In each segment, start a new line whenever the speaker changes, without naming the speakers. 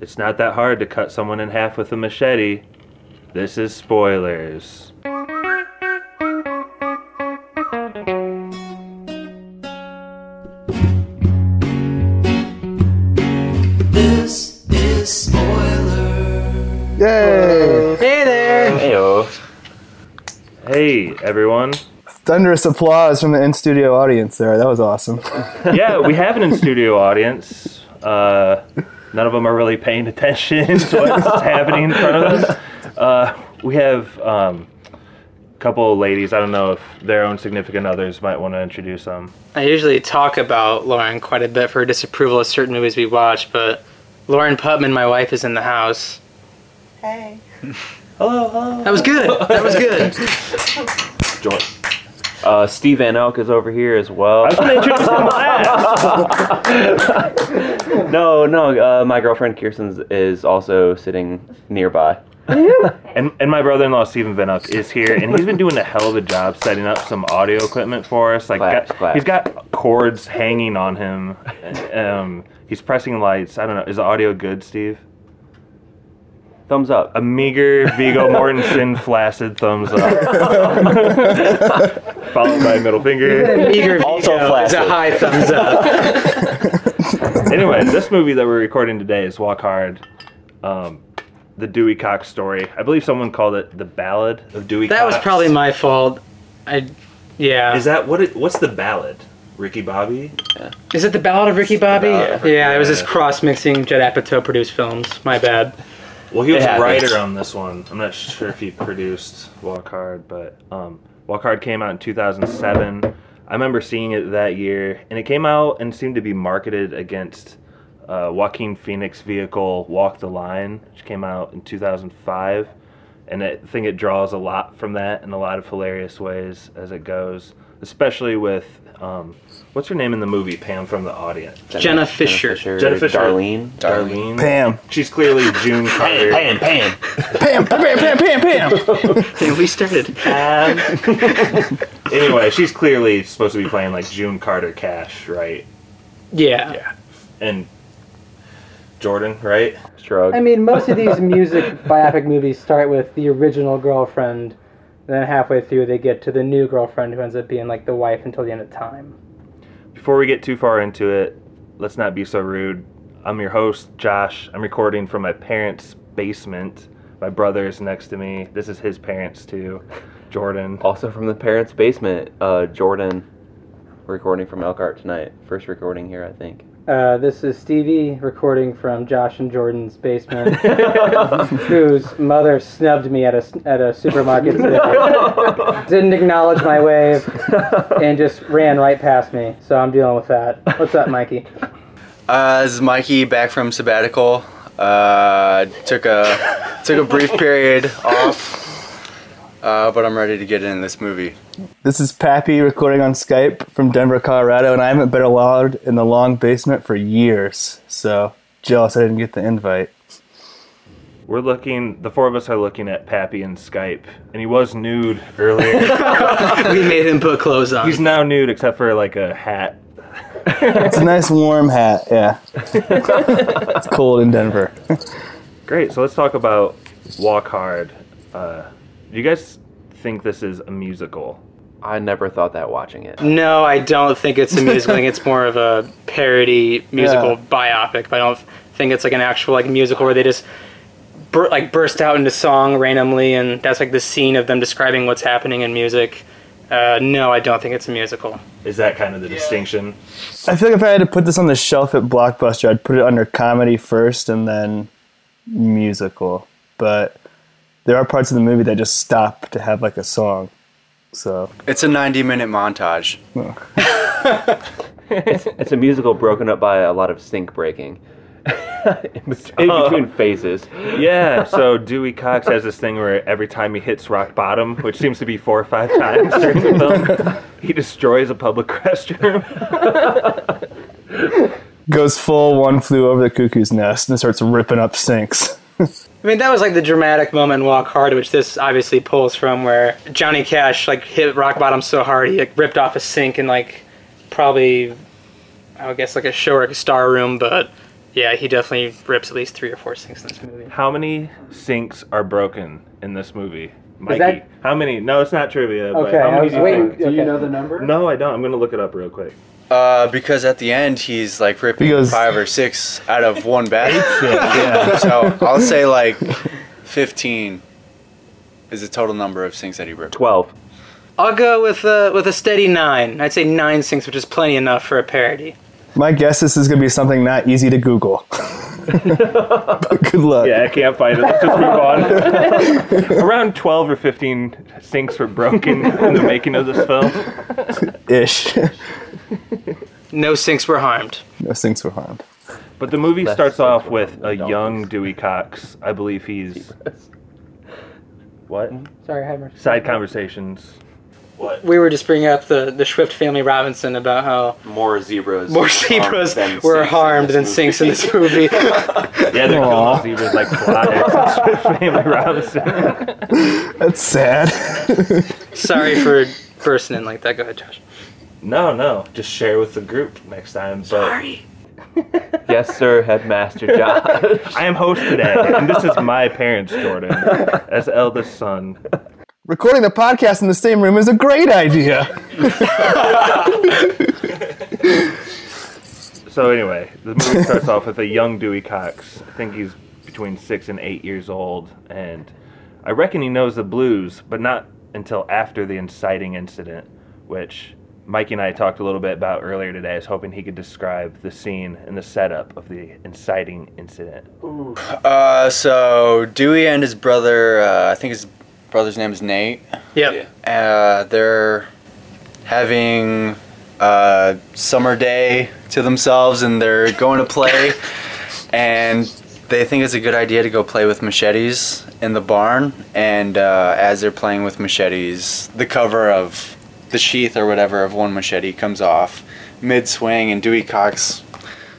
It's not that hard to cut someone in half with a machete. This is spoilers.
This is spoiler.
Yay!
Hey there.
Heyo. Hey, everyone.
Thunderous applause from the in studio audience there. That was awesome.
Yeah, we have an in studio audience. Uh, none of them are really paying attention to what's happening in front of us. Uh, we have um, a couple of ladies. I don't know if their own significant others might want to introduce them.
I usually talk about Lauren quite a bit for her disapproval of certain movies we watch, but Lauren Putman, my wife, is in the house.
Hey.
Hello, hello.
That was good. That was good.
Join. Uh, Steve Van Elk is over here as well.
I was going to introduce them last.
No, no, uh, my girlfriend Kirsten is also sitting nearby.
And, and my brother in law, Stephen Venuk, is here, and he's been doing a hell of a job setting up some audio equipment for us. Like,
Claps,
got-
claps.
he's got cords hanging on him. Um, he's pressing lights. I don't know. Is the audio good, Steve?
Thumbs up.
A meager Vigo Mortensen flaccid thumbs up. Followed by a middle finger.
Eager
Also
Vigo is a
flaccid.
high thumbs up.
Anyway, this movie that we're recording today is Walk Hard. Um, the Dewey Cox story. I believe someone called it the Ballad of Dewey
That
Cox.
was probably my fault. I, yeah.
Is that what it, what's the ballad? Ricky Bobby?
Is it the Ballad of Ricky Bobby?
Ballad of Ricky,
yeah, it was this
yeah.
cross mixing Judd Apatow produced films. My bad.
Well, he was
It
a
happens.
writer on this one. I'm not sure if he produced Walk Hard, but um, Walk Hard came out in 2007. I remember seeing it that year, and it came out and seemed to be marketed against uh, Joaquin Phoenix vehicle Walk the Line, which came out in 2005. And I think it draws a lot from that in a lot of hilarious ways as it goes, especially with um, what's her name in the movie, Pam from the audience?
Jenna Fisher.
Jenna Fisher.
Darlene.
Darlene.
Pam.
She's clearly June Carter.
Pam.
Pam, pam, pam, pam, pam.
we started.
Um, anyway, she's clearly supposed to be playing like June Carter Cash, right?
Yeah.
And Jordan, right?
Shrug.
I mean, most of these music biopic movies start with the original girlfriend, and then halfway through they get to the new girlfriend who ends up being like the wife until the end of time.
Before we get too far into it, let's not be so rude. I'm your host, Josh. I'm recording from my parents' basement. My brother is next to me. This is his parents too. Jordan.
also from the parents' basement, uh, Jordan. Recording from Elkhart tonight. First recording here, I think.
Uh, this is Stevie recording from Josh and Jordan's basement, whose mother snubbed me at a at a supermarket today. Didn't acknowledge my wave and just ran right past me. So I'm dealing with that. What's up, Mikey?
Uh, this is Mikey back from sabbatical. Uh, took a took a brief period off, uh, but I'm ready to get in this movie.
This is Pappy recording on Skype from Denver, Colorado, and I haven't been allowed in the long basement for years. So jealous I didn't get the invite.
We're looking, the four of us are looking at Pappy in Skype, and he was nude earlier.
We made him put clothes on.
He's now nude except for like a hat.
It's a nice warm hat, yeah. it's cold in Denver.
Great. So let's talk about Walk Hard. Uh, do you guys think this is a musical?
I never thought that watching it.
No, I don't think it's a musical. I think it's more of a parody musical biopic. But I don't think it's like an actual like musical where they just bur- like burst out into song randomly, and that's like the scene of them describing what's happening in music. Uh, no, I don't think it's a musical.
Is that kind of the distinction?
I feel like if I had to put this on the shelf at Blockbuster, I'd put it under comedy first and then musical. But there are parts of the movie that just stop to have like a song. So
It's a 90 minute montage.
It's a musical broken up by a lot of sync breaking. in bet- in between oh. phases.
Yeah. So Dewey Cox has this thing where every time he hits rock bottom, which seems to be four or five times during the film, he destroys a public restroom.
goes full one flew over the cuckoo's nest and starts ripping up sinks.
I mean, that was like the dramatic moment in Walk Hard, which this obviously pulls from, where Johnny Cash like hit rock bottom so hard he like ripped off a sink and like probably, I would guess like a show or a star room, but yeah, he definitely rips at least three or four sinks in this movie.
How many sinks are broken in this movie, Mikey?
that-
How many? No, it's not trivia.
Okay,
but how
I
many
was
do you
waiting.
think?
Do
Okay.
you know the number?
No, I don't. I'm gonna look it up real quick.
Uh, because at the end he's like ripping
Because-
five or six out of one bat.
yeah.
so I'll say like fifteen is the total number of sinks that he ripped.
Twelve.
I'll go with uh, with a steady nine. I'd say nine sinks, which is plenty enough for a parody.
My guess is this is going to be something not easy to Google. but good luck.
Yeah, I can't find it. Let's just move on. Around 12 or 15 sinks were broken in the making of this film.
Ish.
No sinks were harmed.
Those things were harmed.
But the movie
Less
starts
sinks
off
were
with a
broken than
young
dogs.
Dewey Cox. I believe he's. What?
Sorry, I had my
Side conversations. What?
We were just bringing up the the Swift family Robinson about how
More zebras.
more
were
zebras
harmed than
were
sinks in
harmed
this
than
movie.
sinks in this movie.
Yeah, they're killing
Aw.
all zebras like flies. Family Robinson.
That's sad.
Sorry for bursting in like that. Go ahead, Josh.
No, no. Just share with the group next time. But
yes, sir, headmaster Josh.
I am host today, and this is my parents, Jordan, as eldest son.
Recording the podcast in the same room is a great idea.
So anyway, the movie starts off with a young Dewey Cox. I think he's between six and eight years old, and I reckon he knows the blues, but not until after the inciting incident, which Mikey and I talked a little bit about earlier today. I was hoping he could describe the scene and the setup of the inciting incident.
Uh, so Dewey and his brother, uh, I think his brother's name is Nate.
Yep.
Yeah.
Uh, they're having a summer day to themselves, and they're going to play. and they think it's a good idea to go play with machetes in the barn. And uh, as they're playing with machetes, the cover of the sheath or whatever of one machete comes off mid swing, and Dewey Cox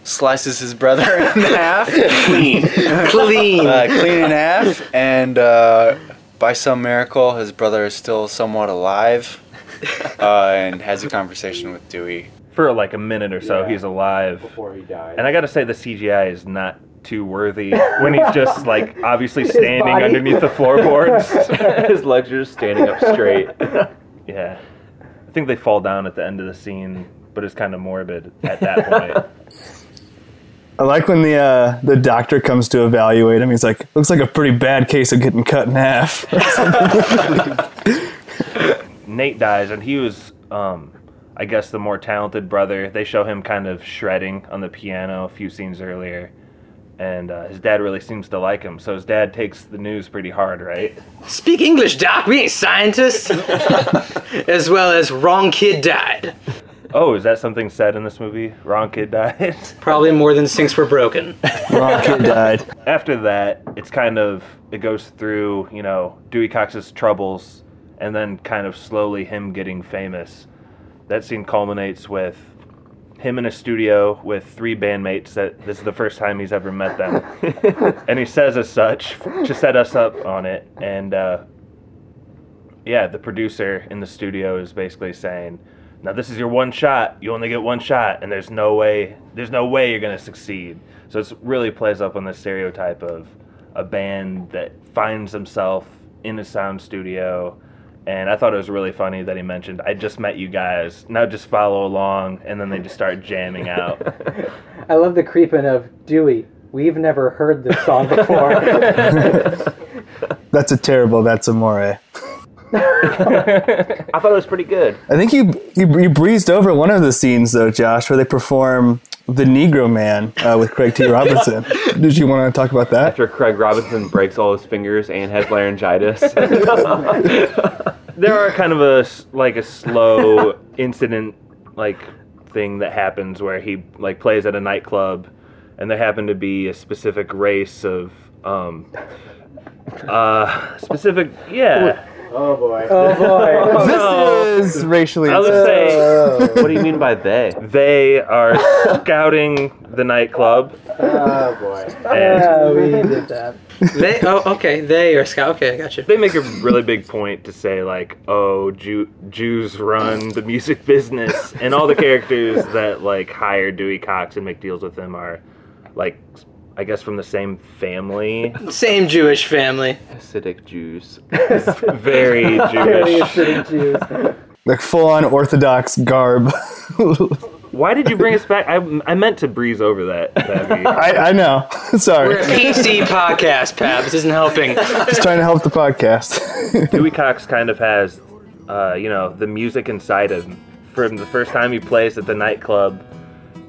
slices his brother in half, clean,
Clean.
uh, clean in half, and uh, by some miracle, his brother is still somewhat alive. Uh, and has a conversation with Dewey.
For like a minute or so,
Yeah.
he's alive.
Before he died.
And I gotta say, the CGI is not too worthy when he's just like obviously standing
body.
underneath the floorboards.
His legs are just standing up straight.
Yeah. I think they fall down at the end of the scene, but it's kind of morbid at that point.
I like when the uh, the doctor comes to evaluate him. He's like, looks like a pretty bad case of getting cut in half.
Nate dies, and he was, um, I guess, the more talented brother. They show him kind of shredding on the piano a few scenes earlier, and uh, his dad really seems to like him. So his dad takes the news pretty hard, right?
Speak English, Doc. We ain't scientists. as well as wrong kid died.
Oh, is that something said in this movie? Wrong kid died.
Probably more than sinks were broken.
Wrong Oh, kid died.
after that, it's kind of it goes through you know Dewey Cox's troubles, and then kind of slowly him getting famous. That scene culminates with him in a studio with three bandmates. That this is the first time he's ever met them, and he says as such to set us up on it. And uh, yeah, the producer in the studio is basically saying. Now this is your one shot. You only get one shot, and there's no way. There's no way you're gonna succeed. So it's really plays up on the stereotype of a band that finds himself in a sound studio. And I thought it was really funny that he mentioned, "I just met you guys. Now just follow along." And then they just start jamming out.
I love the creeping of Dewey. We've never heard this song before.
That's a terrible. That's amore.
I thought it was pretty good.
I think you, you you breezed over one of the scenes though, Josh, where they perform the Negro Man uh, with Craig T. Robinson. Did you want to talk about that?
After Craig Robinson breaks all his fingers and has laryngitis.
there are kind of a s- like a slow incident like thing that happens where he like plays at a nightclub and there happened to be a specific race of um uh specific yeah
oh boy.
oh boy.
This
no.
is racially.
i would say
insensitive.
uh,
what do you mean by they?
they are scouting the nightclub
Oh boy.
and
Yeah, we did that.
They. Oh, okay. They are Scott. Okay, I got you.
they make a really big point to say like oh Jew- jews run the music business and all the characters that like hire dewey cox and make deals with him are like I guess from the same family,
Same Jewish family.
Hasidic Jews.
very
Very
Jewish.
acidic Jews.
Like full on Orthodox garb.
Why did you bring us back? I, I meant to breeze over that. that
I, I know.
We're
Sorry.
a PC podcast, Pab. This isn't helping.
Just trying to help the podcast.
Dewey Cox kind of has, uh, you know, the music inside him from the first time he plays at the nightclub,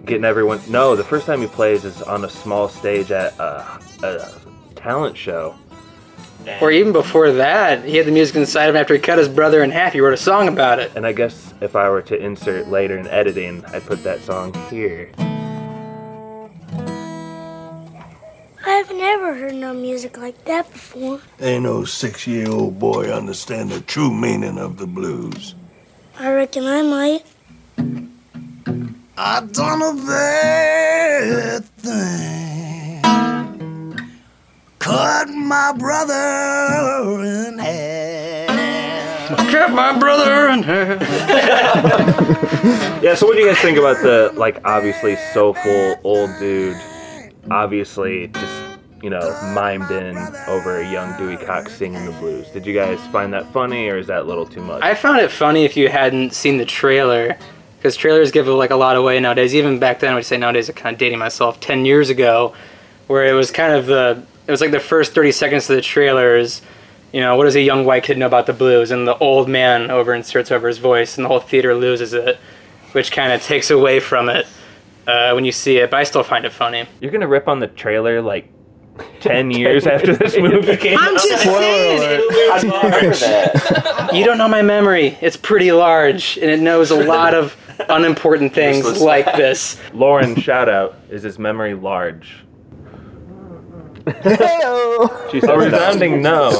getting everyone. No, the first time he plays is on a small stage at a, a talent show.
Or even before that, he had the music inside him after he cut his brother in half. He wrote a song about it.
And I guess if I were to insert later in editing, I'd put that song here.
I've never heard no music like that before.
Ain't no six year old boy understand the true meaning of the blues.
I reckon I might.
I done a bad thing. Cut my brother in half.
Cut my brother in half.
Yeah, so what do you guys think about the like obviously soulful old dude, obviously just you know mimed in over a young Dewey Cox singing the blues? Did you guys find that funny or is that a little too much?
I found it funny if you hadn't seen the trailer, because trailers give like a lot away nowadays. Even back then, I would say nowadays, I'm kind of dating myself. Ten years ago, where it was kind of the it was like the first 30 seconds of the trailers. You know, what does a young white kid know about the blues? And the old man over inserts over his voice, and the whole theater loses it, which kind of takes away from it uh, when you see it. But I still find it funny.
You're gonna rip on the trailer like ten years after this movie came out.
You don't know my memory. It's pretty large, and it knows a lot of unimportant things like this.
Lauren, shout out. Is his memory large?
She
A
said no.
resounding no.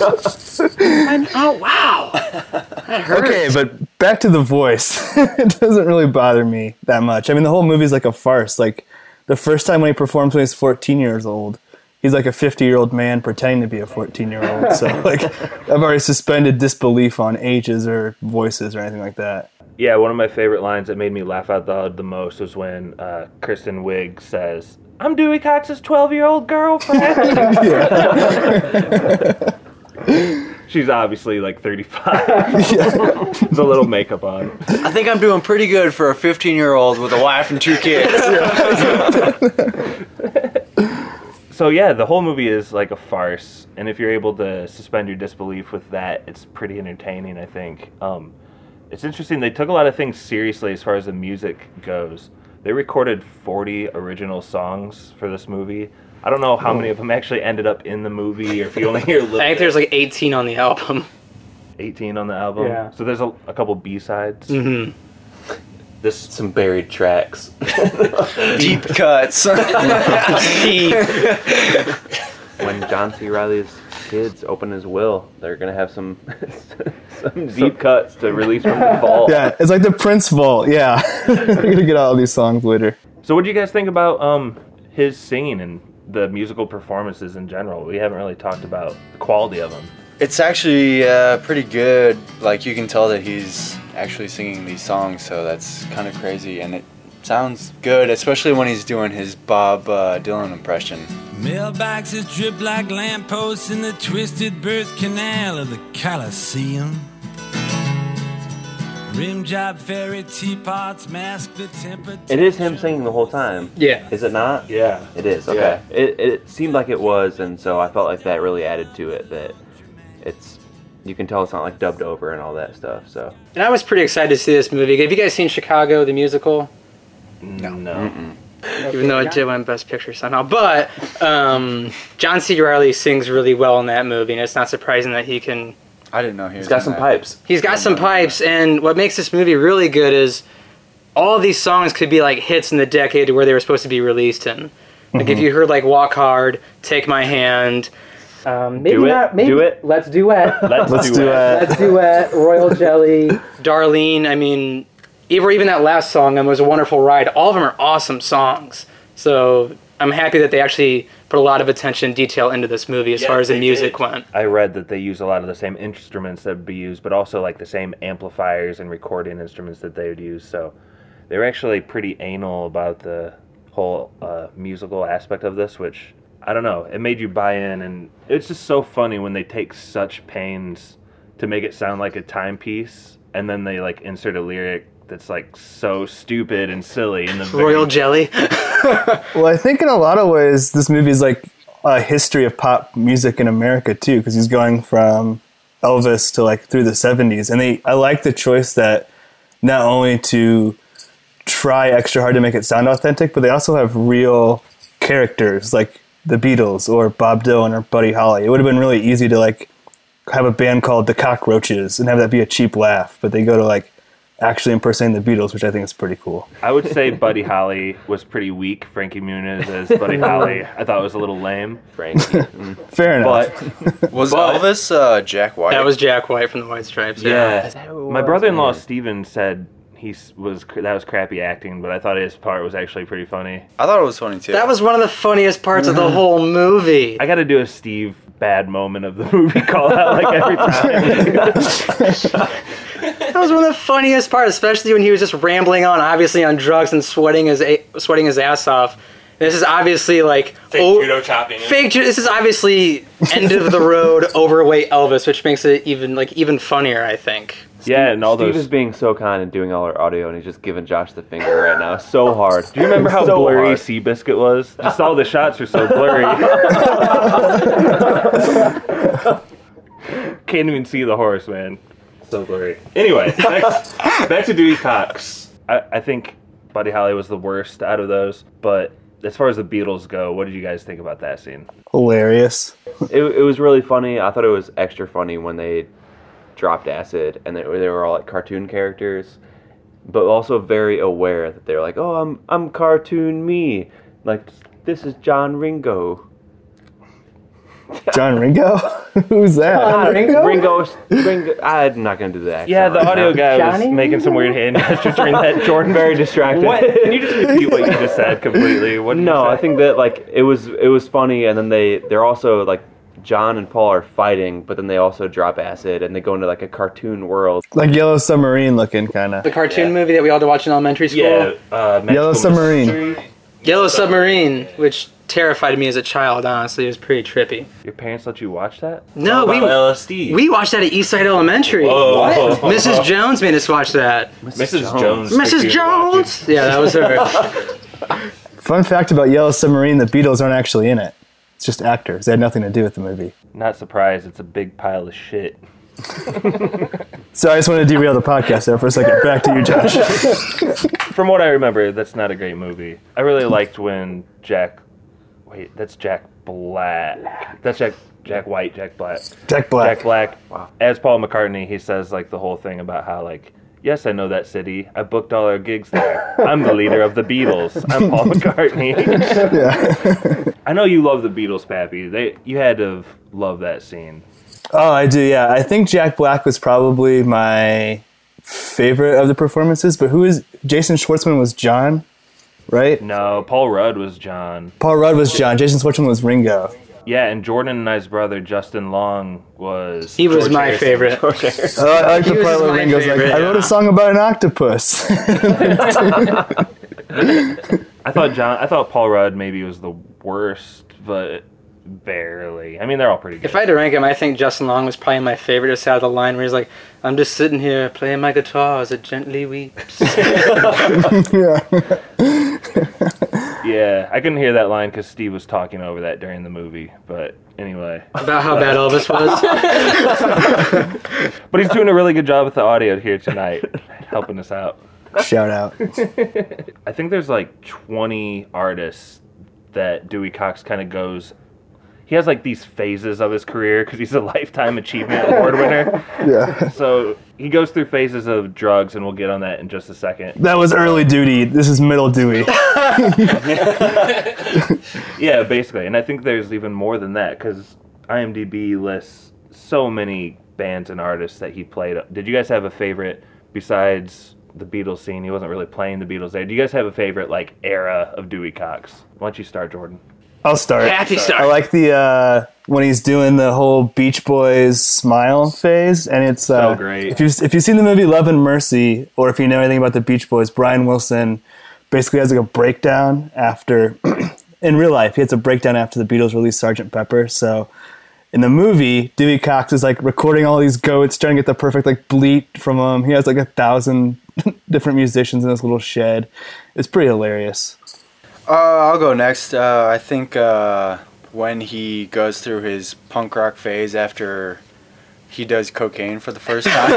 Oh wow!
okay, but back to the voice. it doesn't really bother me that much. I mean, the whole movie's like a farce. Like the first time when he performs when he's 14 years old, he's like a 50 year old man pretending to be a 14 year old. So like, I've already suspended disbelief on ages or voices or anything like that.
Yeah, one of my favorite lines that made me laugh out loud the most was when uh, Kristen Wiig says, "I'm Dewey Cox's 12-year-old girlfriend." She's obviously like 35. the little makeup on.
I think I'm doing pretty good for a 15 year old with a wife and two kids.
So yeah, the whole movie is like a farce, and if you're able to suspend your disbelief with that, it's pretty entertaining. I think um, it's interesting. They took a lot of things seriously as far as the music goes. They recorded 40 original songs for this movie. I don't know how many of them actually ended up in the movie, or if you only hear a little
I think
bit.
there's like 18 on the album.
18 on the album.
Yeah.
So there's a, a couple B sides.
Mm-hmm.
Mhm.
This
Some buried tracks.
Deep cuts.
when John C. Riley's kids open his will, they're gonna have some some deep cuts to release from the vault.
Yeah, it's like the Prince vault. Yeah, we're gonna get all these songs later.
So, what do you guys think about um, his singing and the musical performances in general? We haven't really talked about the quality of them.
it's actually uh, pretty good. Like, you can tell that he's actually singing these songs, so that's kind of crazy. And it sounds good, especially when he's doing his Bob uh, Dylan impression.
Mailboxes drip like lampposts in the twisted birth canal of the Coliseum. Rim job fairy teapots mask the temperature.
It is him singing the whole time.
Yeah.
Is it not?
Yeah.
It is. Okay. It, it seemed like it was, and so I felt like that really added to it. That it's you can tell it's not like dubbed over and all that stuff. So
And I was pretty excited to see this movie. Have you guys seen Chicago, the musical?
No. No.
Even though it did win Best Picture somehow. But um, John C. Riley sings really well in that movie, and it's not surprising that he can.
I didn't know he was
he's got
in
some
that.
pipes.
He's got some pipes, and what makes this movie really good is all these songs could be like hits in the decade where they were supposed to be released in. Like
Mm-hmm.
if you heard like Walk Hard, Take My Hand,
Um, maybe
Do it.
not. Maybe
Do it.
Let's duet.
Let's,
Let's
do,
do
it.
it.
Let's duet. Royal Jelly.
Darlene, I mean, even even that last song, um, was a wonderful ride. All of them are awesome songs. So I'm happy that they actually put a lot of attention and detail into this movie as far as the music went.
I read that they use a lot of the same instruments that would be used, but also like the same amplifiers and recording instruments that they would use. So they were actually pretty anal about the whole uh, musical aspect of this, which I don't know, it made you buy in, and it's just so funny when they take such pains to make it sound like a timepiece, and then they like insert a lyric that's like so stupid and silly in the
Royal Jelly.
Well, I think in a lot of ways, this movie is like a history of pop music in America too, because he's going from Elvis to like through the '70s, and they, I like the choice that not only to try extra hard to make it sound authentic, but they also have real characters like the Beatles or Bob Dylan or Buddy Holly. It would have been really easy to like have a band called the Cockroaches and have that be a cheap laugh, but they go to like actually impersonating the Beatles, which I think is pretty cool.
I would say Buddy Holly was pretty weak. Frankie Muniz as Buddy Holly, I thought was a little lame.
Frankie.
Fair enough.
But
Was Elvis uh, Jack White?
That was Jack White from the White Stripes.
yeah,
who it
my
was?
brother-in-law Steven said he s- was cr- that was crappy acting, but I thought his part was actually pretty funny.
I thought it was funny too.
That was one of the funniest parts of the whole movie.
Mm-hmm. I got to do a Steve bad moment of the movie call out like every time.
That was one of the funniest parts, especially when he was just rambling on, obviously on drugs and sweating his a- sweating his ass off. This is obviously like o-
chopping.
fake ju- This is obviously end of the road overweight Elvis, which makes it even like even funnier. I think.
Yeah, and all
Steve
those.
is being so kind and doing all our audio, and he's just giving Josh the finger right now. So hard.
Do you remember how
so
blurry
hard.
Seabiscuit was? Just all the shots were so blurry. Can't even see the horse, man. So blurry. Anyway, back, back to Dewey Cox. I, I think Buddy Holly was the worst out of those, but as far as the Beatles go, what did you guys think about that scene?
Hilarious.
It, it was really funny. I thought it was extra funny when they dropped acid and they, they were all like cartoon characters, but also very aware that they were like, oh, I'm I'm cartoon me. Like this is John Ringo.
John Ringo? Who's that?
Ringo. Ringo. Ringo. I'm not gonna do that.
Yeah, the audio guy
Johnny?
was making some weird hand gestures during that. Jordan,
Very distracted.
what? Can you just repeat what you just said completely? What did
No,
you say?
I think that like it was it was funny, and then they they're also like John and Paul are fighting, but then they also drop acid and they go into like a cartoon world.
Like Yellow Submarine looking, kind
The
of.
cartoon movie that we all had to watch in elementary school,
Yeah, uh, Magical
Submarine.
Mystery.
Yellow Submarine, which terrified me as a child. Honestly, it was pretty trippy.
Your parents let you watch that?
No,
What
we-
about LSD.
We watched that at Eastside Elementary.
Whoa. What?
Mrs. Jones made us watch that.
Mrs. Jones.
Mrs.
picked you up.
Jones. Yeah, that was her.
Fun fact about Yellow Submarine the Beatles aren't actually in it. It's just actors. They had nothing to do with the movie.
Not surprised. It's a big pile of shit.
So I just want to derail the podcast there for a second. Back to you, Josh.
From what I remember, that's not a great movie. I really liked when Jack. Wait, that's Jack Black. That's Jack. Jack White. Jack Black.
Jack Black.
Jack Black. As Paul McCartney, he says like the whole thing about how like. Yes, I know that city. I booked all our gigs there. I'm the leader of the Beatles. I'm Paul McCartney. I know you love the Beatles, Pappy. They you had to love that scene.
Oh, I do, yeah. I think Jack Black was probably my favorite of the performances, but who is Jason Schwartzman was John,
Mm-hmm.
right?
No, Paul Rudd was John.
Paul Rudd was John. Jason Schwartzman was Ringo.
Yeah, and Jordan and I's brother Justin Long was.
He was
George
my
Harrison.
favorite.
Oh, I like the
was
part where
my
Ringo's
favorite,
like, I wrote
yeah.
a song about an octopus.
I thought John. I thought Paul Rudd maybe was the worst, but barely. I mean, they're all pretty good.
If I had to rank him, I think Justin Long was probably my favorite. Just out of the line where he's like, "I'm just sitting here playing my guitar as it gently weeps."
yeah.
yeah, I couldn't hear that line because Steve was talking over that during the movie. But anyway,
About how bad Elvis was.
but he's doing a really good job with the audio here tonight, helping us out.
Shout out.
I think there's like 20 artists that Dewey Cox kind of goes. He has like these phases of his career because he's a lifetime achievement award winner.
Yeah.
So he goes through phases of drugs, and we'll get on that in just a second.
That was early duty. This is middle duty.
Yeah, basically. And I think there's even more than that because IMDb lists so many bands and artists that he played. Did you guys have a favorite besides the Beatles scene? He wasn't really playing the Beatles there. Do you guys have a favorite like era of Dewey Cox? Why don't you start, Jordan?
I'll start.
Happy
I
Star.
like the uh, when he's doing the whole Beach Boys smile phase, and it's uh,
So great.
If you if you've seen the movie Love and Mercy, or if you know anything about the Beach Boys, Brian Wilson basically has like a breakdown after in real life he has a breakdown after the Beatles released Sergeant Pepper. So in the movie, Dewey Cox is like recording all these goats, trying to get the perfect like bleat from them. He has like a thousand different musicians in this little shed. It's pretty hilarious.
Uh, I'll go next. Uh, I think uh, when he goes through his punk rock phase after he does cocaine for the first time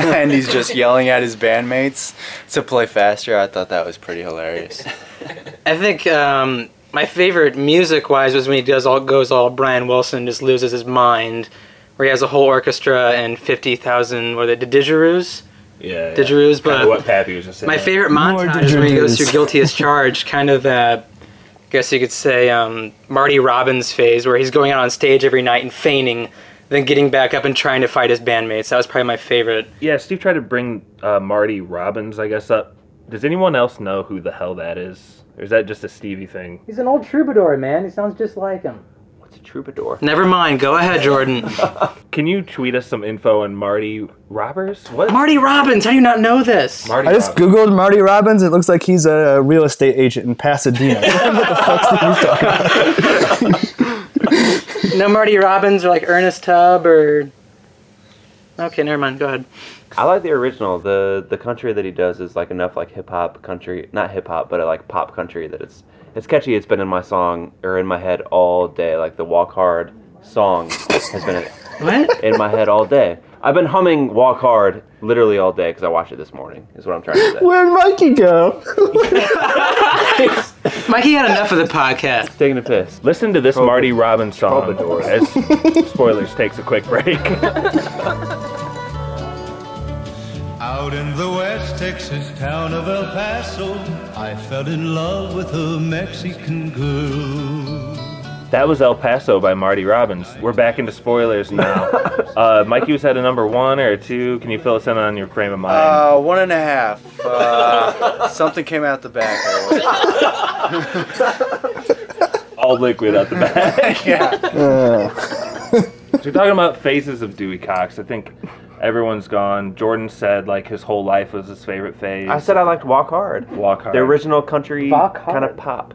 and he's just yelling at his bandmates to play faster, I thought that was pretty hilarious.
I think um, my favorite music wise was when he does all goes all Brian Wilson just loses his mind, where he has a whole orchestra and fifty thousand or the didgeridoos.
Yeah.
Didgeridoos,
Kinda
but-
what Pappy was just saying.
My favorite
More
montage is when he goes
didgeridoos.
through guilty as charged, kind of that. I guess you could say um, Marty Robbins phase, where he's going out on stage every night and feigning, then getting back up and trying to fight his bandmates. That was probably my favorite.
Yeah, Steve tried to bring uh, Marty Robbins, I guess, up. Does anyone else know who the hell that is? Or is that just a Stevie thing?
He's an old troubadour, man. He sounds just like him.
What's a troubadour?
Never mind. Go ahead, Jordan.
Can you tweet us some info on Marty Robbers? What?
Marty Robbins. How do you not know this?
Marty
I just
Robbins.
googled Marty Robbins. It looks like he's a real estate agent in Pasadena. what the fuck's the news talking about?
No Marty Robbins or like Ernest Tubb or. Okay, never mind. Go ahead.
I like the original. the The country that he does is like enough like hip hop country, not hip hop, but uh, like pop country that it's it's catchy. It's been in my song or in my head all day. Like the Walk Hard song has been
What?
in my head all day. I've been humming Walk Hard literally all day because I watched it this morning. Is what I'm trying to say.
Where'd Mikey go?
Mikey had enough of the podcast.
Taking a piss.
Listen to this Marty Robbins song as Spoilers takes a quick break.
Out in the West Texas town of El Paso, I fell in love with a Mexican girl.
that was El Paso by Marty Robbins. We're back into spoilers now. uh, Mikey was at a number one or a two. Can you fill us in on your frame of mind?
Uh, one and a half. Uh, something came out the back. there.
All liquid out the back.
yeah.
So we're talking about phases of Dewey Cox. I think everyone's gone. Jordan said like his whole life was his favorite phase.
I said I liked Walk Hard.
walk hard.
The original country
Walk
kind of
Hard.
pop.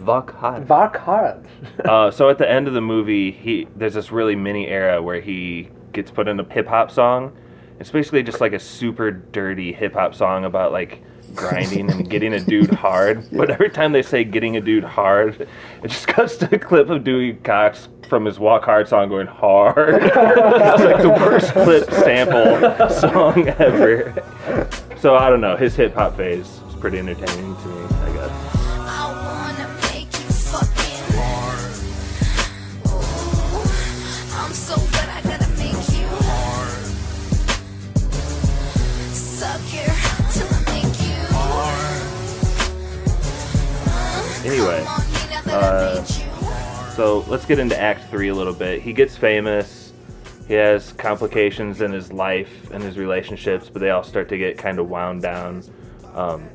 Walk Hard.
Vok Hard.
Uh, so at the end of the movie, he there's this really mini era where he gets put in a hip hop song. It's basically just like a super dirty hip hop song about like grinding and getting a dude hard. But every time they say getting a dude hard, it just cuts to a clip of Dewey Cox from his Walk Hard song going hard. it's like the worst clip sample song ever. So I don't know. His hip hop phase is pretty entertaining to me, I guess.
I wanna make you fucking hard. Ooh, I'm so good, I gotta make you hard. Suck your till I make you hard.
Anyway, uh, So let's get into Act Three a little bit. He gets famous. He has complications in his life and his relationships, but they all start to get kind of wound down. Um,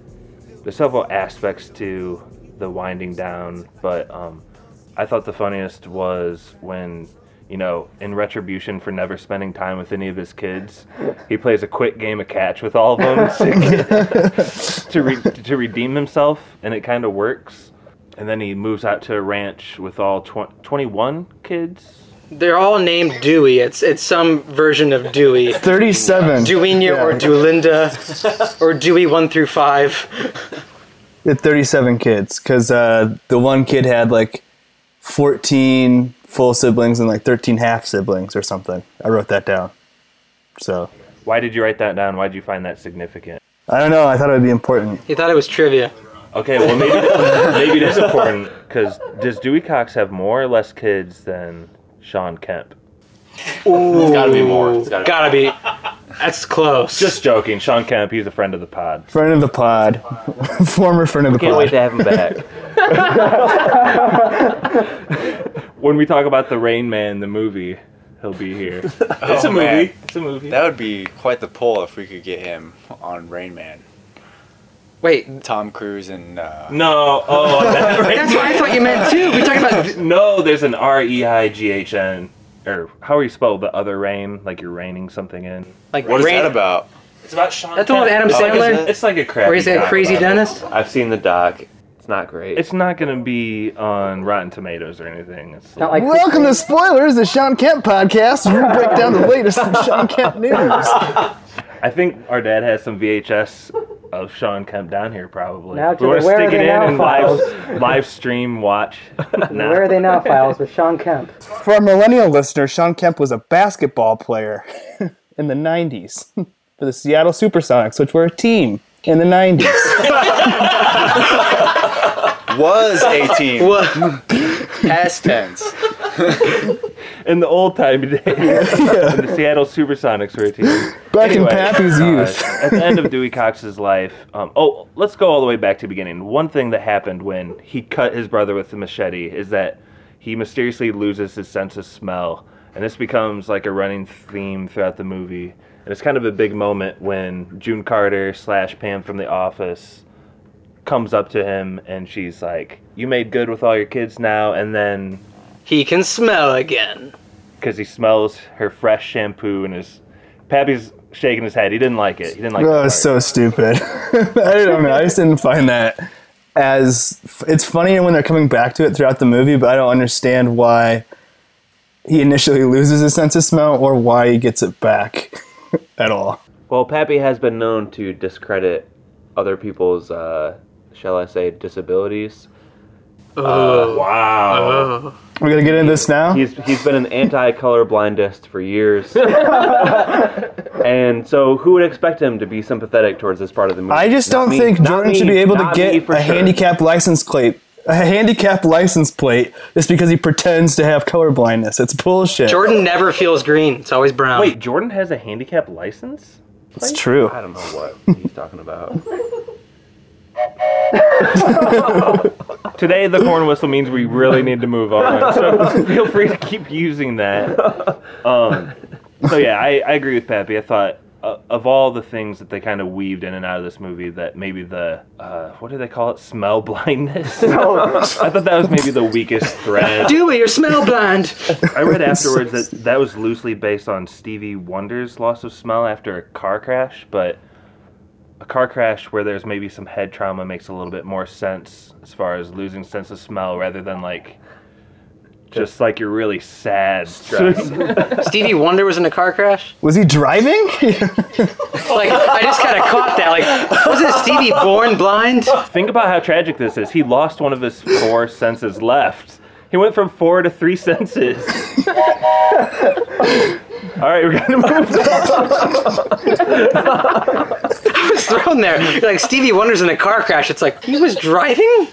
there's several aspects to the winding down, but um, I thought the funniest was when, you know, in retribution for never spending time with any of his kids, he plays a quick game of catch with all of them to, to, re- to redeem himself, and it kind of works. And then he moves out to a ranch with all tw- 21 kids.
They're all named Dewey. It's it's some version of Dewey.
37.
Deweyna or Dewlinda or Dewey one through five.
The 37 kids because uh, the one kid had like 14 full siblings and like 13 half siblings or something. I wrote that down. So
Why did you write that down? Why did you find that significant?
I don't know. I thought it would be important.
He thought it was trivia.
Okay, well maybe maybe it is important because does Dewey Cox have more or less kids than Sean Kemp?
It's
gotta be more. It's gotta be-
be. That's close.
Just joking. Sean Kemp, he's a friend of the pod.
Friend of the pod, former friend of the
Can't wait to
pod.
have him back.
When we talk about the Rain Man, the movie, he'll be here. it's a movie.
man.
It's a movie.
That would be quite the pull if we could get him on Rain Man.
wait.
Tom Cruise and uh,
no, oh, that
That's
Rain
what I thought you meant too. We talking about
Man- no. There's an R E I G H N, or how are you spelled? The other rain, like you're raining something in.
like
what is
rain.
that about? Oh,
It's about Sean.
That's the one with
Penn.
Adam
It's like
Sandler?
a- It's like a crappy.
Where he's a
doc
crazy
about it.
dentist?
I've seen the doc. It's not great.
It's not going to be on Rotten Tomatoes or anything. It's
Not like
Welcome to Spoilers, the Sean Kemp podcast. where We break down the latest in Sean Kemp news.
I think our dad has some VHS of Sean Kemp down here, probably.
Now to
we want
the
to
Where Are
stick it
They
in
Now
and live,
files.
live stream watch. Nah.
Where Are They Now files with Sean Kemp.
For our millennial listener, Sean Kemp was a basketball player in the 90s for the Seattle Supersonics, which were a team in the 90s.
Was 18. Past tense.
in the old time days, when the Seattle Supersonics were a team.
Back in
Anyway,
Pappy's youth.
at the end of Dewey Cox's life, um, oh, let's go all the way back to the beginning. One thing that happened when he cut his brother with the machete is that he mysteriously loses his sense of smell, and this becomes like a running theme throughout the movie. And it's kind of a big moment when June Carter slash Pam from The Office comes up to him and she's like, "You made good with all your kids now," and then
He can smell again.
because he smells her fresh shampoo and his Pappy's shaking his head. He didn't like it. He didn't like. that
oh,
part.
it's so stupid. I don't know. I just didn't find that as it's funny when they're coming back to it throughout the movie, but I don't understand why he initially loses his sense of smell or why he gets it back at all.
well, Pappy has been known to discredit other people's, uh, shall I say, disabilities.
wow.
We're gonna get into this now.
He's he's been an anti-colorblindist for years, and so who would expect him to be sympathetic towards this part of the movie?
I just
Not
don't
me.
think
Not
Jordan
me.
should be able to
Not
get
me
a
for sure.
handicap license plate. A handicap license plate just because he pretends to have colorblindness. It's bullshit.
Jordan never feels green. It's always brown.
Wait, Jordan has a handicap license.
it's true.
I don't know what he's talking about.
Today, the corn whistle means we really need to move on. So feel free to keep using that. Um, so yeah, I, I agree with Pappy. I thought uh, of all the things that they kind of weaved in and out of this movie, that maybe the uh, what do they call it? Smell blindness. I thought that was maybe the weakest thread.
Dewey, you're smell blind.
I read afterwards that that was loosely based on Stevie Wonder's loss of smell after a car crash, but a car crash where there's maybe some head trauma makes a little bit more sense as far as losing sense of smell rather than like just like you're really sad. Stress.
Stevie Wonder was in a car crash.
Was he driving?
Like I just kind of caught that. Like wasn't Stevie born blind?
Think about how tragic this is. He lost one of his four senses left. He went from four to three senses. All right, we're gonna move on.
He was thrown there. You're like Stevie Wonder's in a car crash. It's like he was driving.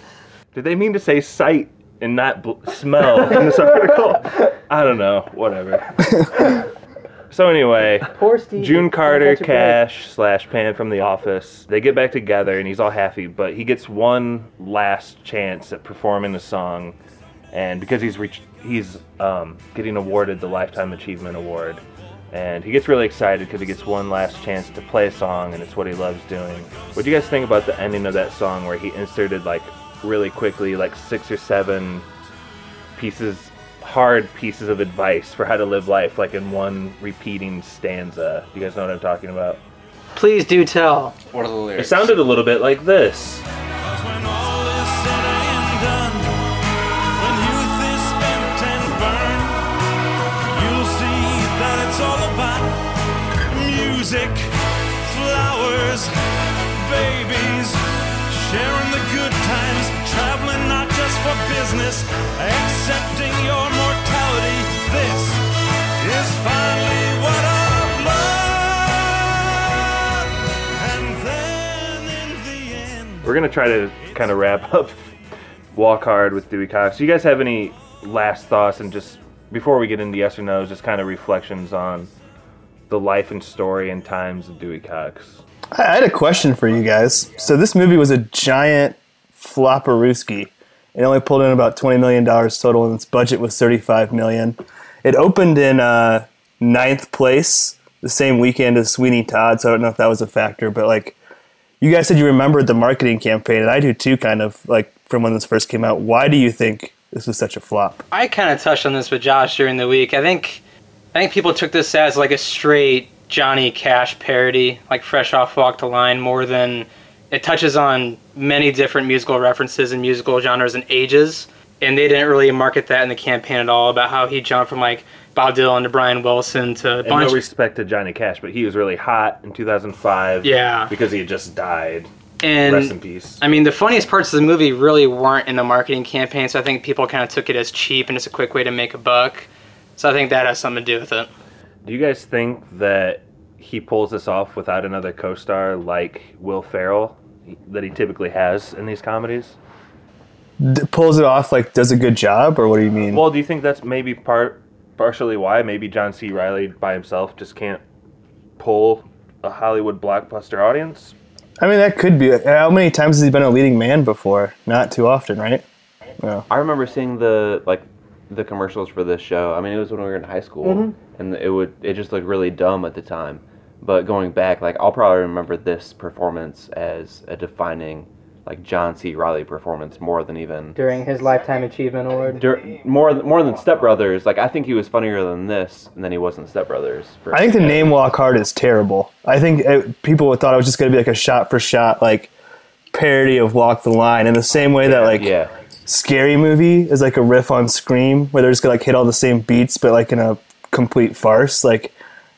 Did they mean to say sight and not bl- smell in this article? I don't know. Whatever. so anyway,
Poor Steve.
June Carter,
Such a bad-
Cash slash Pan from The Office. They get back together and he's all happy, but he gets one last chance at performing a song, and because he's reached, he's um, getting awarded the Lifetime Achievement Award, and he gets really excited because he gets one last chance to play a song, and it's what he loves doing. What do you guys think about the ending of that song where he inserted like really quickly like six or seven pieces hard pieces of advice for how to live life like in one repeating stanza you guys know what i'm talking about
Please do tell.
What are the
it
lyrics?
sounded a little bit like this
When all is said and done, when youth is spent and burned, you'll see that it's all about music, flowers, babies, sharing the good times, traveling not just for business, accepting your mortality. This is finally what I've learned. And then in the end,
we're gonna try to kind of wrap up walk hard with dewey cox do you guys have any last thoughts and just before we get into yes or no's just kind of reflections on the life and story and times of dewey cox
I had a question for you guys. So this movie was a giant flopperooski. It only pulled in about twenty million dollars total, and its budget was thirty-five million. It opened in uh, ninth place the same weekend as Sweeney Todd, so I don't know if that was a factor. But like, you guys said, you remembered the marketing campaign, and I do too, kind of like from when this first came out. Why do you think this was such a flop?
I kind of touched on this with Josh during the week. I think I think people took this as like a straight Johnny Cash parody, like fresh off Walk the Line, more than it touches on many different musical references and musical genres and ages. And they didn't really market that in the campaign at all about how he jumped from like Bob Dylan to Brian Wilson to a
And no
bunch.
respect to Johnny Cash, but he was really hot in 2005.
Yeah.
Because he had just died.
And-
Rest in peace.
I mean, the funniest parts of the movie really weren't in the marketing campaign, so I think people kind of took it as cheap and it's a quick way to make a buck. So I think that has something to do with it.
Do you guys think that he pulls this off without another co-star like Will Ferrell that he typically has in these comedies?
D- pulls it off like does a good job, or what do you mean?
Well, do you think that's maybe part partially why maybe John C. Riley by himself just can't pull a Hollywood blockbuster audience?
I mean, that could be. How many times has he been a leading man before? Not too often, right? Yeah.
I remember seeing the like the commercials for this show. I mean, it was when we were in high school,
Mhm.
and it would it just looked really dumb at the time. But going back, like I'll probably remember this performance as a defining like John C. Riley performance more than even
during his lifetime achievement award.
dur- more th- more than Step Brothers. Like I think he was funnier than this, and then he was in Step Brothers. for-
I think the name Walk Hard is terrible. I think it, people thought it was just going to be like a shot for shot, like parody of Walk the Line, in the same way that like Scary Movie is like a riff on Scream, where they're just going to like hit all the same beats, but like in a complete farce. Like,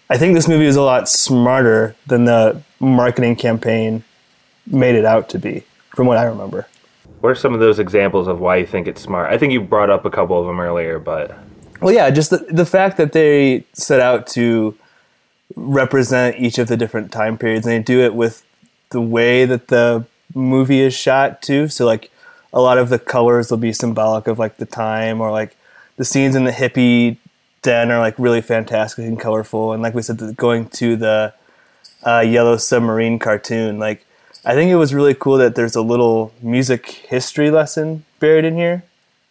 I think this movie is a lot smarter than the marketing campaign made it out to be, from what I remember.
What are some of those examples of why you think it's smart? I think you brought up a couple of them earlier, but
Well, yeah, just the, the fact that they set out to represent each of the different time periods, and they do it with the way that the movie is shot too. So, like, a lot of the colors will be symbolic of like the time, or like the scenes in the hippie den are like really fantastic and colorful. And like we said, the, going to the uh, Yellow Submarine cartoon, like I think it was really cool that there's a little music history lesson buried in here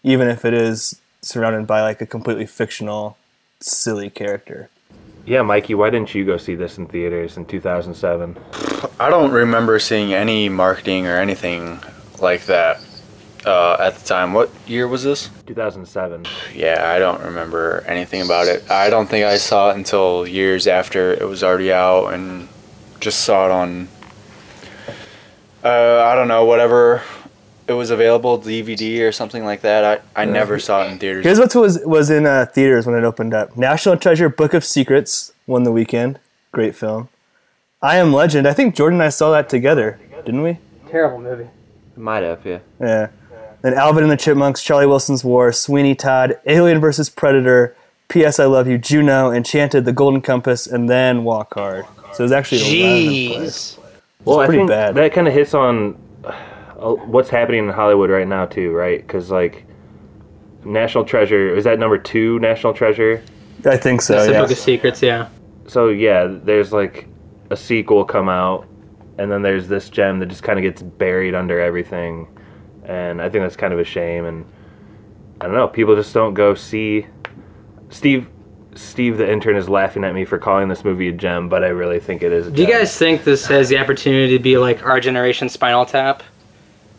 even if it is surrounded by like a completely fictional, silly character.
yeah, Mikey, why didn't you go see this in theaters in 2007?
I don't remember seeing any marketing or anything like that uh, at the time. What year was this?
2007.
Yeah, I don't remember anything about it. I don't think I saw it until years after it was already out and just saw it on, uh, I don't know, whatever it was available, DVD or something like that. I, I
Yeah.
never saw it in theaters.
Here's what was was in uh, theaters when it opened up: National Treasure, Book of Secrets won the weekend. Great film. I Am Legend. I think Jordan and I saw that together, didn't we?
Terrible movie.
Might have, yeah.
Yeah. Then Alvin and the Chipmunks, Charlie Wilson's War, Sweeney Todd, Alien vs. Predator, P.S. I Love You, Juno, Enchanted, The Golden Compass, and then Walk Hard. So it was actually a
Jeez.
Well, I
pretty
think
bad.
that kind of hits on uh, what's happening in Hollywood right now too, right? Because like National Treasure is that number two National Treasure?
I think so.
That's the
yeah.
Book of Secrets, yeah.
So yeah, there's like a sequel come out, and then there's this gem that just kind of gets buried under everything, and I think that's kind of a shame. And I don't know, people just don't go see. Steve, Steve the intern is laughing at me for calling this movie a gem, but I really think it is. A
Do you
gem.
guys think this has the opportunity to be like our generation Spinal Tap?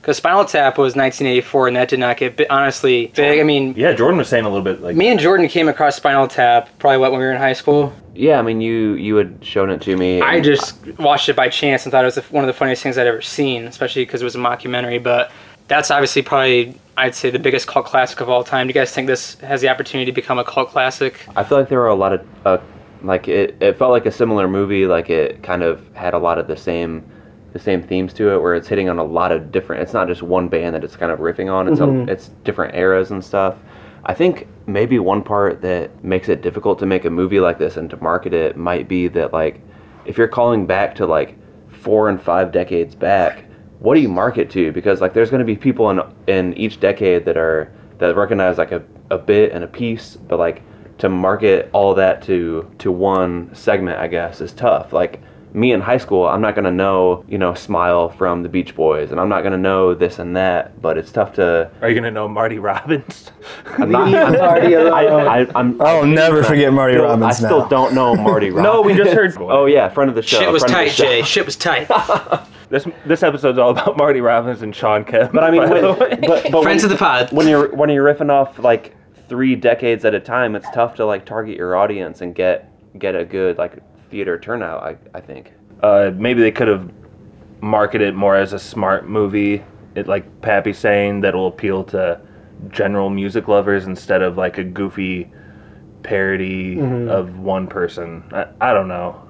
Because Spinal Tap was 1984, and that did not get bi- honestly big. I mean,
Yeah, Jordan was saying a little bit like
me and Jordan came across Spinal Tap probably what when we were in high school.
Yeah, I mean you you had shown it to me.
I
and-
just watched it by chance and thought it was the- one of the funniest things I'd ever seen, especially because it was a mockumentary. But that's obviously probably I'd say the biggest cult classic of all time. Do you guys think this has the opportunity to become a cult classic?
I feel like there were a lot of uh, like it, it felt like a similar movie like it kind of had a lot of the same the same themes to it where it's hitting on a lot of different it's not just one band that it's kind of riffing on it's
Mm-hmm.
Mhm.
a, it's different eras and stuff I think maybe one part that makes it difficult to make a movie like this and to market it might be that like if you're calling back to like four and five decades back what do you market to because like there's going to be people in in each decade that are that recognize like a, a bit and a piece but like to market all that to to one segment i guess is tough like me in high school i'm not going to know you know smile from the beach boys and i'm not going to know this and that but it's tough to
Are you gonna know Marty Robbins?
i'm not I'm,
Marty alone.
I, I, am
I'll never forget Marty
still,
Robbins
i still
now.
don't know marty robbins
No, we just heard-
oh yeah friend of the show
Shit was
friend of the
tight,
show.
Jay. Shit was tight.
This this episode's all about Marty Robbins and Sean Kemp.
But I mean,
by
when,
the way.
but, but
Friends
when,
of the pod.
When you're when you're riffing off like three decades at a time, it's tough to like target your audience and get get a good like theater turnout. I, I think.
uh, maybe they could have marketed it more as a smart movie, it, like Pappy saying, that will appeal to general music lovers instead of like a goofy parody
Mhm.
Mm-hmm.
of one person. I, I don't know.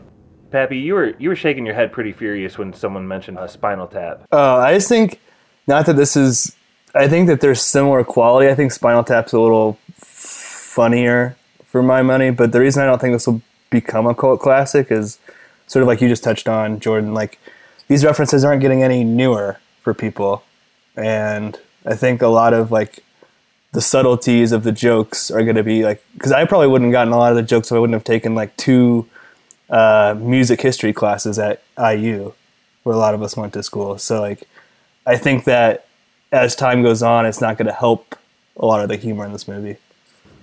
Pappy, you were you were shaking your head pretty furious when someone mentioned uh, Spinal Tap.
Uh, I just think not that this is. I think that they're similar quality. I think Spinal Tap's a little funnier for my money, but the reason I don't think this will become a cult classic is sort of like you just touched on, Jordan. Like these references aren't getting any newer for people, and I think a lot of like the subtleties of the jokes are going to be like because I probably wouldn't have gotten a lot of the jokes if I wouldn't have taken like two uh, music history classes at IU, where a lot of us went to school. So like, I think that as time goes on, it's not going to help a lot of the humor in this movie.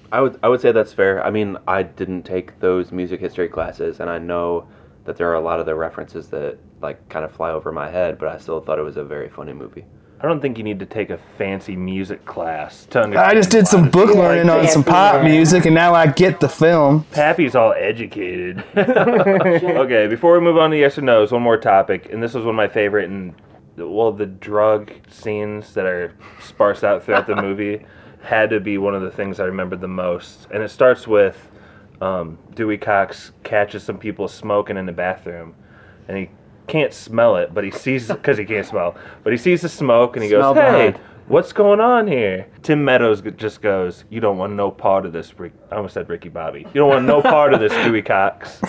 I would I would say that's fair. I mean, I didn't take those music history classes, and I know that there are a lot of the references that like kind of fly over my head, but I still thought it was a very funny movie.
I don't think you need to take a fancy music class to understand.
I just did some book learning on some pop music, and now I get the film.
Pappy's all educated. okay, before we move on to yes or no's, one more topic, and this was one of my favorite, and well, the drug scenes that are sparse out throughout the movie had to be one of the things I remembered the most. And it starts with um, Dewey Cox catches some people smoking in the bathroom, and he can't smell it, but he sees because he can't smell, but he sees the smoke, and he
Smell
goes, "Hey."
behind."
What's going on here? Tim Meadows g- just goes, You don't want no part of this. Rick- I almost said Ricky Bobby. You don't want no part of this, Dewey Cox.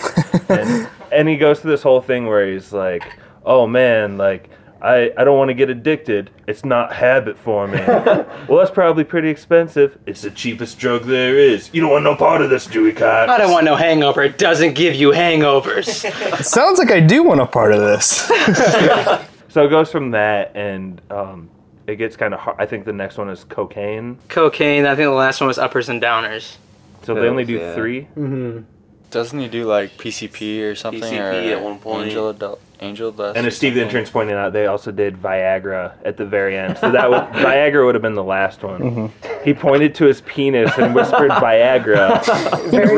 And, and he goes through this whole thing where he's like, Oh man, like, I, I don't want to get addicted. It's not habit forming. well, that's probably pretty expensive. It's the cheapest drug there is. You don't want no part of this, Dewey Cox.
I don't want no hangover. It doesn't give you hangovers.
Sounds like I do want a part of this.
So it goes from that, and um, it gets kind of hard. I think the next one is cocaine.
Cocaine. I think the last one was uppers and downers.
So they only do
Yeah.
three.
Mm-hmm.
Doesn't he do like PCP or something?
PCP
or
at one point.
Angel adult, angel dust.
And
or
as Steve the
something?
Intern's pointed out, they also did Viagra at the very end. So that would, Viagra would have been the last one.
Mm-hmm.
He pointed to his penis and whispered Viagra.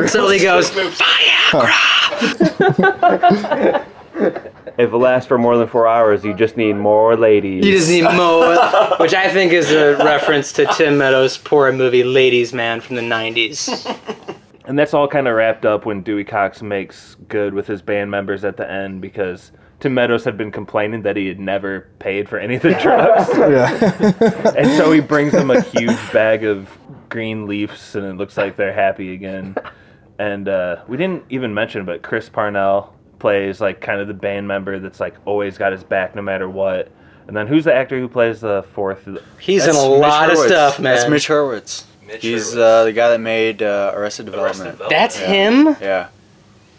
So he goes.
If it lasts for more than four hours, you just need more ladies.
You just need more, which I think is a reference to Tim Meadows' poor movie Ladies Man from the 90s.
And that's all kind of wrapped up when Dewey Cox makes good with his band members at the end because Tim Meadows had been complaining that he had never paid for any of the drugs.
yeah.
and so he brings them a huge bag of green leaves, and it looks like they're happy again. And uh, we didn't even mention, but Chris Parnell plays like kind of the band member that's like always got his back no matter what. And then who's the actor who plays the fourth?
He's in
That's
a
Mitch
lot of
Hurwitz.
stuff, man.
That's Mitch Hurwitz. He's uh, the guy that made uh, Arrested Development.
That's him?
Yeah.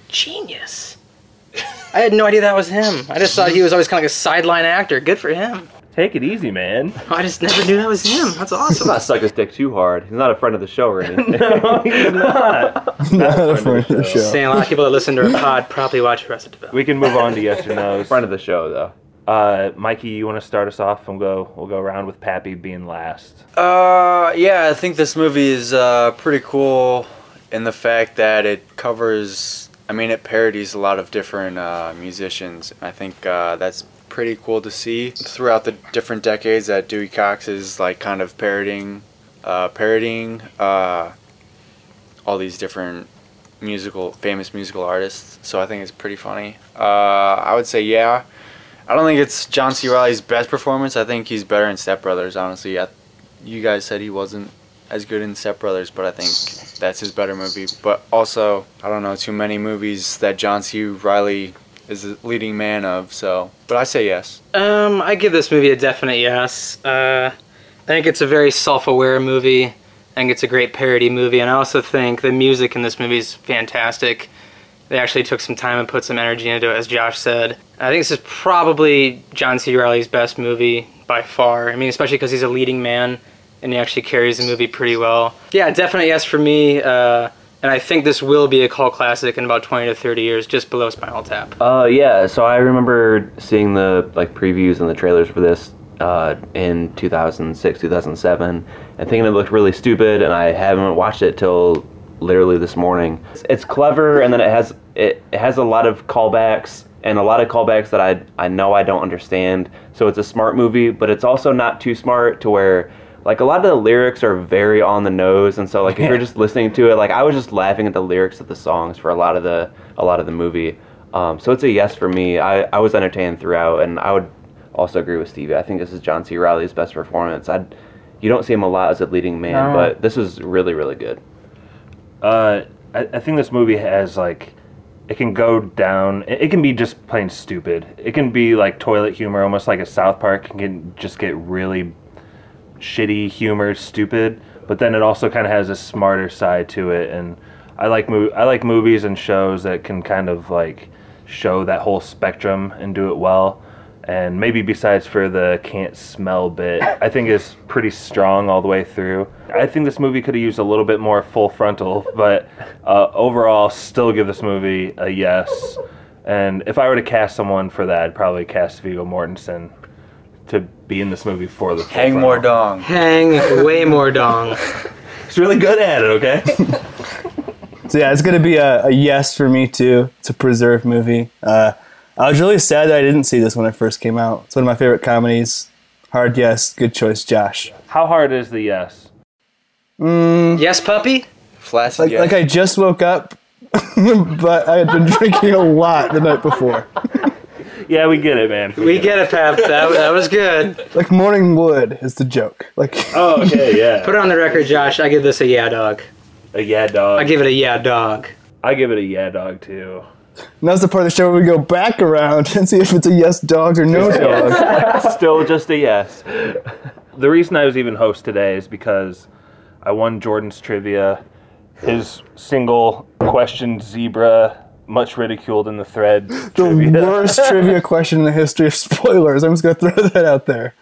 Genius. I had no idea that was him. I just thought he was always kind of like a sideline actor. Good for him.
Take it easy, man.
I just never knew that was him. That's
Let's
awesome.
not suck his dick too hard. He's not a friend of the show or anything.
No, he's not.
Not for the show.
Saying a lot of people that listen to our pod probably watch Arrested Development.
We can move on to yes or no's.
friend of the show though.
Uh, Mikey, you want to start us off? and go. We'll go around with Pappy being last.
Uh, yeah, I think this movie is uh, pretty cool in the fact that it covers. I mean, it parodies a lot of different uh, musicians. I think uh, that's pretty cool to see throughout the different decades that Dewey Cox is like kind of parodying, uh, parodying uh, all these different musical, famous musical artists. So I think it's pretty funny. Uh, I would say yeah. I don't think it's John C. Riley's best performance. I think he's better in Step Brothers. Honestly, I you guys said he wasn't as good in Step Brothers, but I think that's his better movie. But also, I don't know too many movies that John C. Riley is the leading man of. So, but I say yes.
Um, I give this movie a definite yes. Uh, I think it's a very self-aware movie. I think it's a great parody movie, and I also think the music in this movie is fantastic. They actually took some time and put some energy into it, as Josh said. I think this is probably John C. Riley's best movie by far. I mean, especially because he's a leading man and he actually carries the movie pretty well. Yeah, definite yes for me. Uh, and I think this will be a cult classic in about 20 to 30 years, just below Spinal Tap.
Uh, yeah. So I remember seeing the like previews and the trailers for this uh, in 2006, 2007, and thinking it looked really stupid. And I haven't watched it till literally this morning. It's, it's clever, and then it has it, it has a lot of callbacks and a lot of callbacks that I I know I don't understand. So it's a smart movie, but it's also not too smart to where like a lot of the lyrics are very on the nose, and so like if you're just listening to it, like I was just laughing at the lyrics of the songs for a lot of the a lot of the movie. Um, so it's a yes for me. I, I was entertained throughout, and I would also agree with Stevie. I think this is John C. Riley's best performance. I you don't see him a lot as a leading man,
No.
but this was really really good.
Uh, I, I think this movie has like, it can go down. It, it can be just plain stupid. It can be like toilet humor, almost like a South Park. It can just get really shitty humor, stupid. But then it also kind of has a smarter side to it, and I like mov- I like movies and shows that can kind of like show that whole spectrum and do it well. And maybe besides for the can't smell bit, I think is pretty strong all the way through. I think this movie could have used a little bit more full frontal, but uh, overall, still give this movie a yes. And if I were to cast someone for that, I'd probably cast Viggo Mortensen to be in this movie for the full
Hang more dong.
Hang way more dong.
He's really good at it, okay?
So yeah, it's gonna be a, a yes for me too. It's a preserved movie. Uh, I was really sad that I didn't see this when it first came out. It's one of my favorite comedies. Hard yes, good choice, Josh.
How hard is the yes?
Mm,
Yes, puppy.
Flaccid
like,
yes.
like I just woke up, but I had been drinking a lot the night before,
Yeah, we get it, man.
We get it, Pep. That, that was good.
like morning wood is the joke. Like
Oh, okay, yeah.
Put it on the record, Josh. I give this a yeah, dog.
a yeah dog.
I give it a yeah, dog.
I give it a yeah dog too.
now's the part of the show where we go back around and see if it's a yes dog or no dog.
Still just a yes.
The reason I was even host today is because I won Jordan's trivia. His single question zebra, much ridiculed in the thread.
The
trivia.
worst trivia question in the history of spoilers. I'm just gonna throw that out there.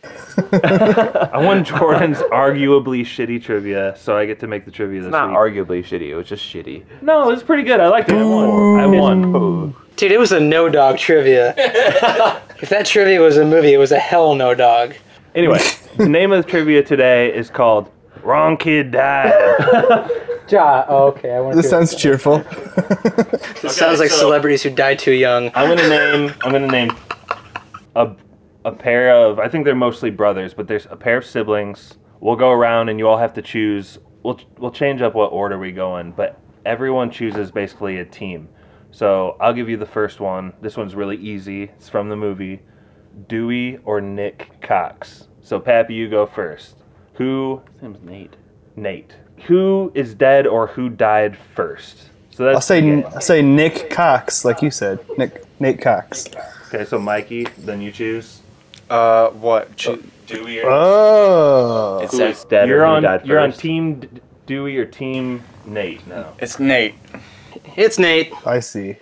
I won Jordan's arguably shitty trivia, so I get to make the trivia this
Not
week.
arguably shitty. It was just shitty.
no, it was pretty good. I liked it. I won. I won.
Dude, it was a no dog trivia. if that trivia was a movie, it was a hell no dog.
Anyway, the name of the trivia today is called Wrong Kid Died.
Ja. Oh, okay. I want to.
This sounds cheerful.
It sounds like
so-
celebrities who die too young.
I'm gonna name. I'm gonna name a a pair of. I think they're mostly brothers, but there's a pair of siblings. We'll go around, and you all have to choose. We'll we'll change up what order we go in, but everyone chooses basically a team. So I'll give you the first one. This one's really easy. It's from the movie Dewey or Nick Cox. So Pappy, you go first. Who?
His name's Nate.
Nate. Who is dead or who died first? So that's
I'll say
okay.
I'll say Nick Cox, like you said, Nick Nate Cox.
okay. So Mikey, then you choose.
Uh, what? Ch-
Dewey or
Oh,
It's, it's,
Dead or
you're
who
on
died
you're on
first?
team D- Dewey or team Nate now.
Nate.
It's Nate.
I see.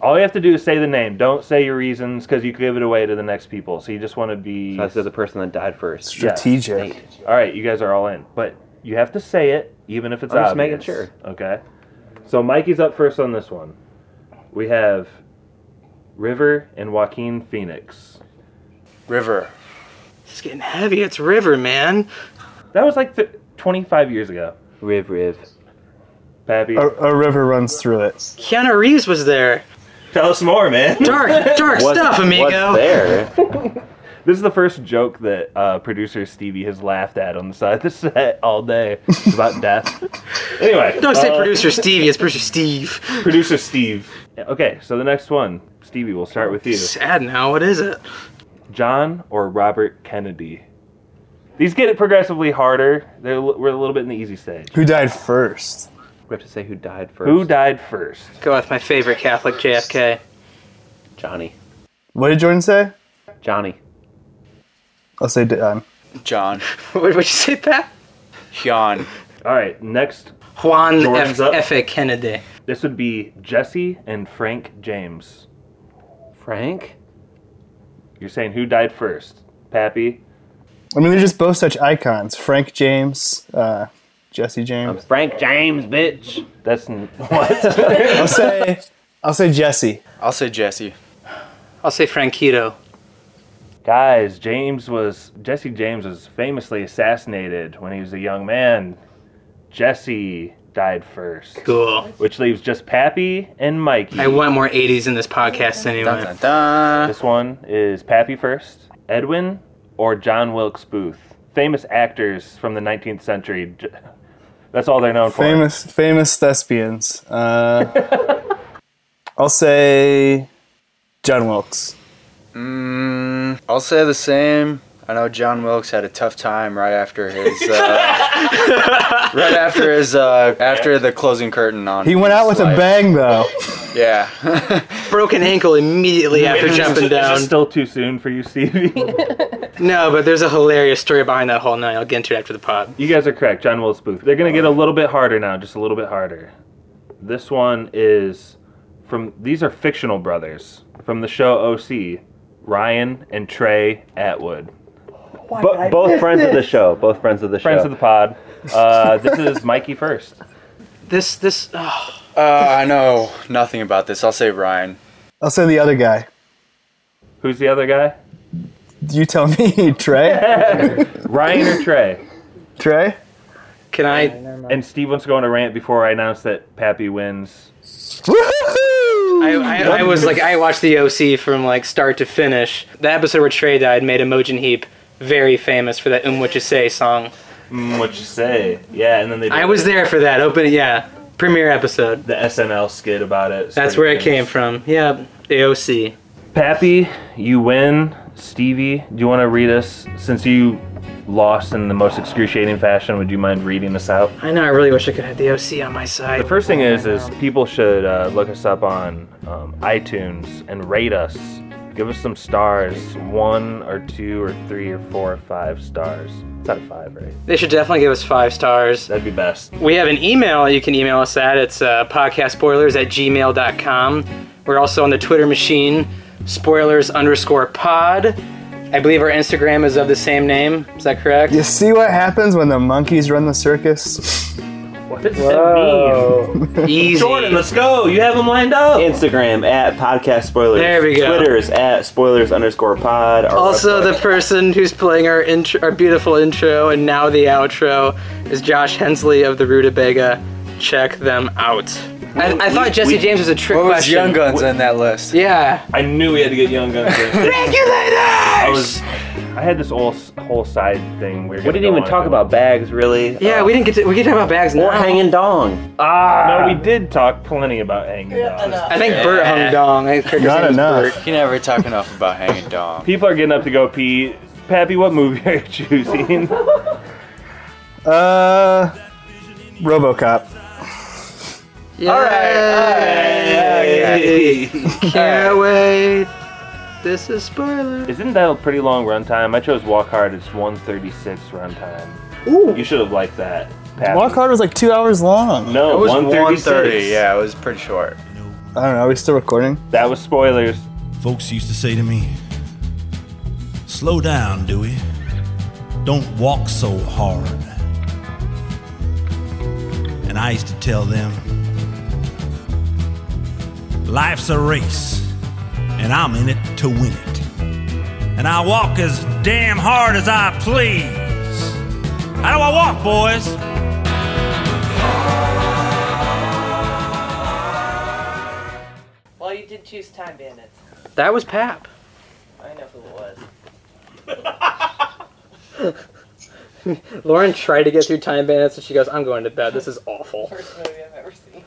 All you have to do is say the name. Don't say your reasons because you give it away to the next people. So you just want to be.
So I said the person that died first.
Yeah.
Strategic.
all right, you guys are all in, but you have to say it even if it's
I'm
obvious.
just making sure.
Okay. So Mikey's up first on this one. We have River and Joaquin Phoenix.
River.
It's getting heavy. It's River, man.
That was like th- 25 years ago.
Riv, Riv.
Pappy,
A, a river runs through it.
Keanu Reeves was there.
tell us more, man.
Dark, dark stuff, amigo.
What's there?
This is the first joke that uh, producer Stevie has laughed at on the side of the set all day It's about death. Anyway,
Don't say
uh,
producer Stevie. It's producer Steve.
producer Steve. Okay, so the next one, Stevie, we'll start with you.
Sad now. What is it?
John or Robert Kennedy? These get progressively harder. They're, l- we're a little bit in the easy stage.
Who died first?
We have to say who died first.
Who died first?
Go with my favorite Catholic JFK.
Johnny.
What did Jordan say?
Johnny.
I'll say Don.
John.
What would you say, Pat?
John.
All right, next.
Juan
Jordan's
F.
up.
F. A. Kennedy.
This would be Jesse and Frank James.
Frank?
You're saying who died first? Pappy?
I mean, they're just both such icons. Frank James, uh, Jesse James.
Frank James, bitch.
That's n- what?
I'll say I'll say Jesse.
I'll say Jesse.
I'll say Frankito.
Guys, James was Jesse James was famously assassinated when he was a young man. Jesse died first.
Cool.
Which leaves just Pappy and Mikey.
I want more 80s in this podcast anyway.
This one is Pappy first, Edwin, or John Wilkes Booth. Famous actors from the 19th century. J- That's all they're known for.
Famous, famous thespians. Uh, I'll say John Wilkes.
Mm, I'll say the same. I know John Wilkes had a tough time right after his, uh, right after his, uh, after the closing curtain on.
He went out with a
life.
bang, though.
Yeah.
Broken ankle immediately after
Is this-
jumping down.
Is it still too soon for you, Stevie?
No, but there's a hilarious story behind that whole night. I'll get into it after the pod.
You guys are correct, John Wilkes Booth. They're gonna get a little bit harder now, just a little bit harder. This one is from these are fictional brothers from the show OC, Ryan and Trey Atwood,
Bo- both friends of the show. Both friends of the
friends
show.
of the pod. Uh, this is Mikey first.
This, this, oh,
uh, I know nothing about this. I'll say Ryan.
I'll say the other guy.
Who's the other guy?
You tell me, Trey.
Ryan or Trey?
Trey.
can I?
And Steve wants to go on a rant before I announce that Pappy wins.
Woohoo!
I, I, I was like, I watched the OC from like start to finish. The episode where Trey died made Emojin Heap very famous for that Um What You Say song.
Mm, what you say? Yeah, and then they. Did
I was there for that. Open, yeah, premiere episode.
The SNL skit about it. It's
That's
pretty
where it
famous.
came from. Yeah, the OC.
Pappy, you win. Stevie, do you want to read us? Since you lost in the most excruciating fashion, would you mind reading us out?
I know. I really wish I could have the OC on my side.
The first thing is, is people should uh, look us up on um, iTunes and rate us. Give us some stars, one or two or three or four or five stars. It's out of five, right?
They should definitely give us five stars.
That'd be best.
We have an email you can email us at. It's uh, podcastspoilers at gmail.com. We're also on the Twitter machine, spoilers underscore pod. I believe our Instagram is of the same name. Is that correct?
You see what happens when the monkeys run the circus?
What does that mean?
Easy.
Jordan, let's go. You have them lined up.
Instagram at podcast spoilers.
There we go.
Twitter's at spoilers underscore pod. Our
Also,
website-
the person who's playing our intro, our beautiful intro and now the outro is Josh Hensley of the Rutabaga. Check them out. I, I thought Jesse James was a trick
What was
question.
Young Guns on that list?
Yeah.
I knew we had to get Young Guns. in. I was. I had this whole whole side thing. We, were
we
gonna
didn't
go
even
on
talk
to.
about bags really.
Yeah, we didn't get to, we get to talk about bags now.
Or hanging dong.
Ah, No, we did talk plenty about hanging dogs.
I think Bert hung dong. I think
Not enough.
You never talk enough about hanging dong.
People are getting up to go pee. Pappy, what movie are you choosing?
Uh, RoboCop.
All Can't wait. This is spoiler.
Isn't that a pretty long runtime? I chose Walk Hard. It's 136 runtime.
Ooh.
You should have liked that. Pappy.
Walk Hard was like two hours long.
No,
It was
136.
130. Yeah, it was pretty short.
I don't know. Are we still recording?
That was spoilers.
Folks used to say to me, Slow down, Dewey. Don't walk so hard. And I used to tell them, Life's a race, and I'm in it to win it. And I walk as damn hard as I please. How do I walk, boys?
Well, you did choose Time Bandits.
That was Pap.
I know who it was.
Lauren tried to get through Time Bandits and she goes, I'm going to bed. This is awful.
First movie I've ever seen.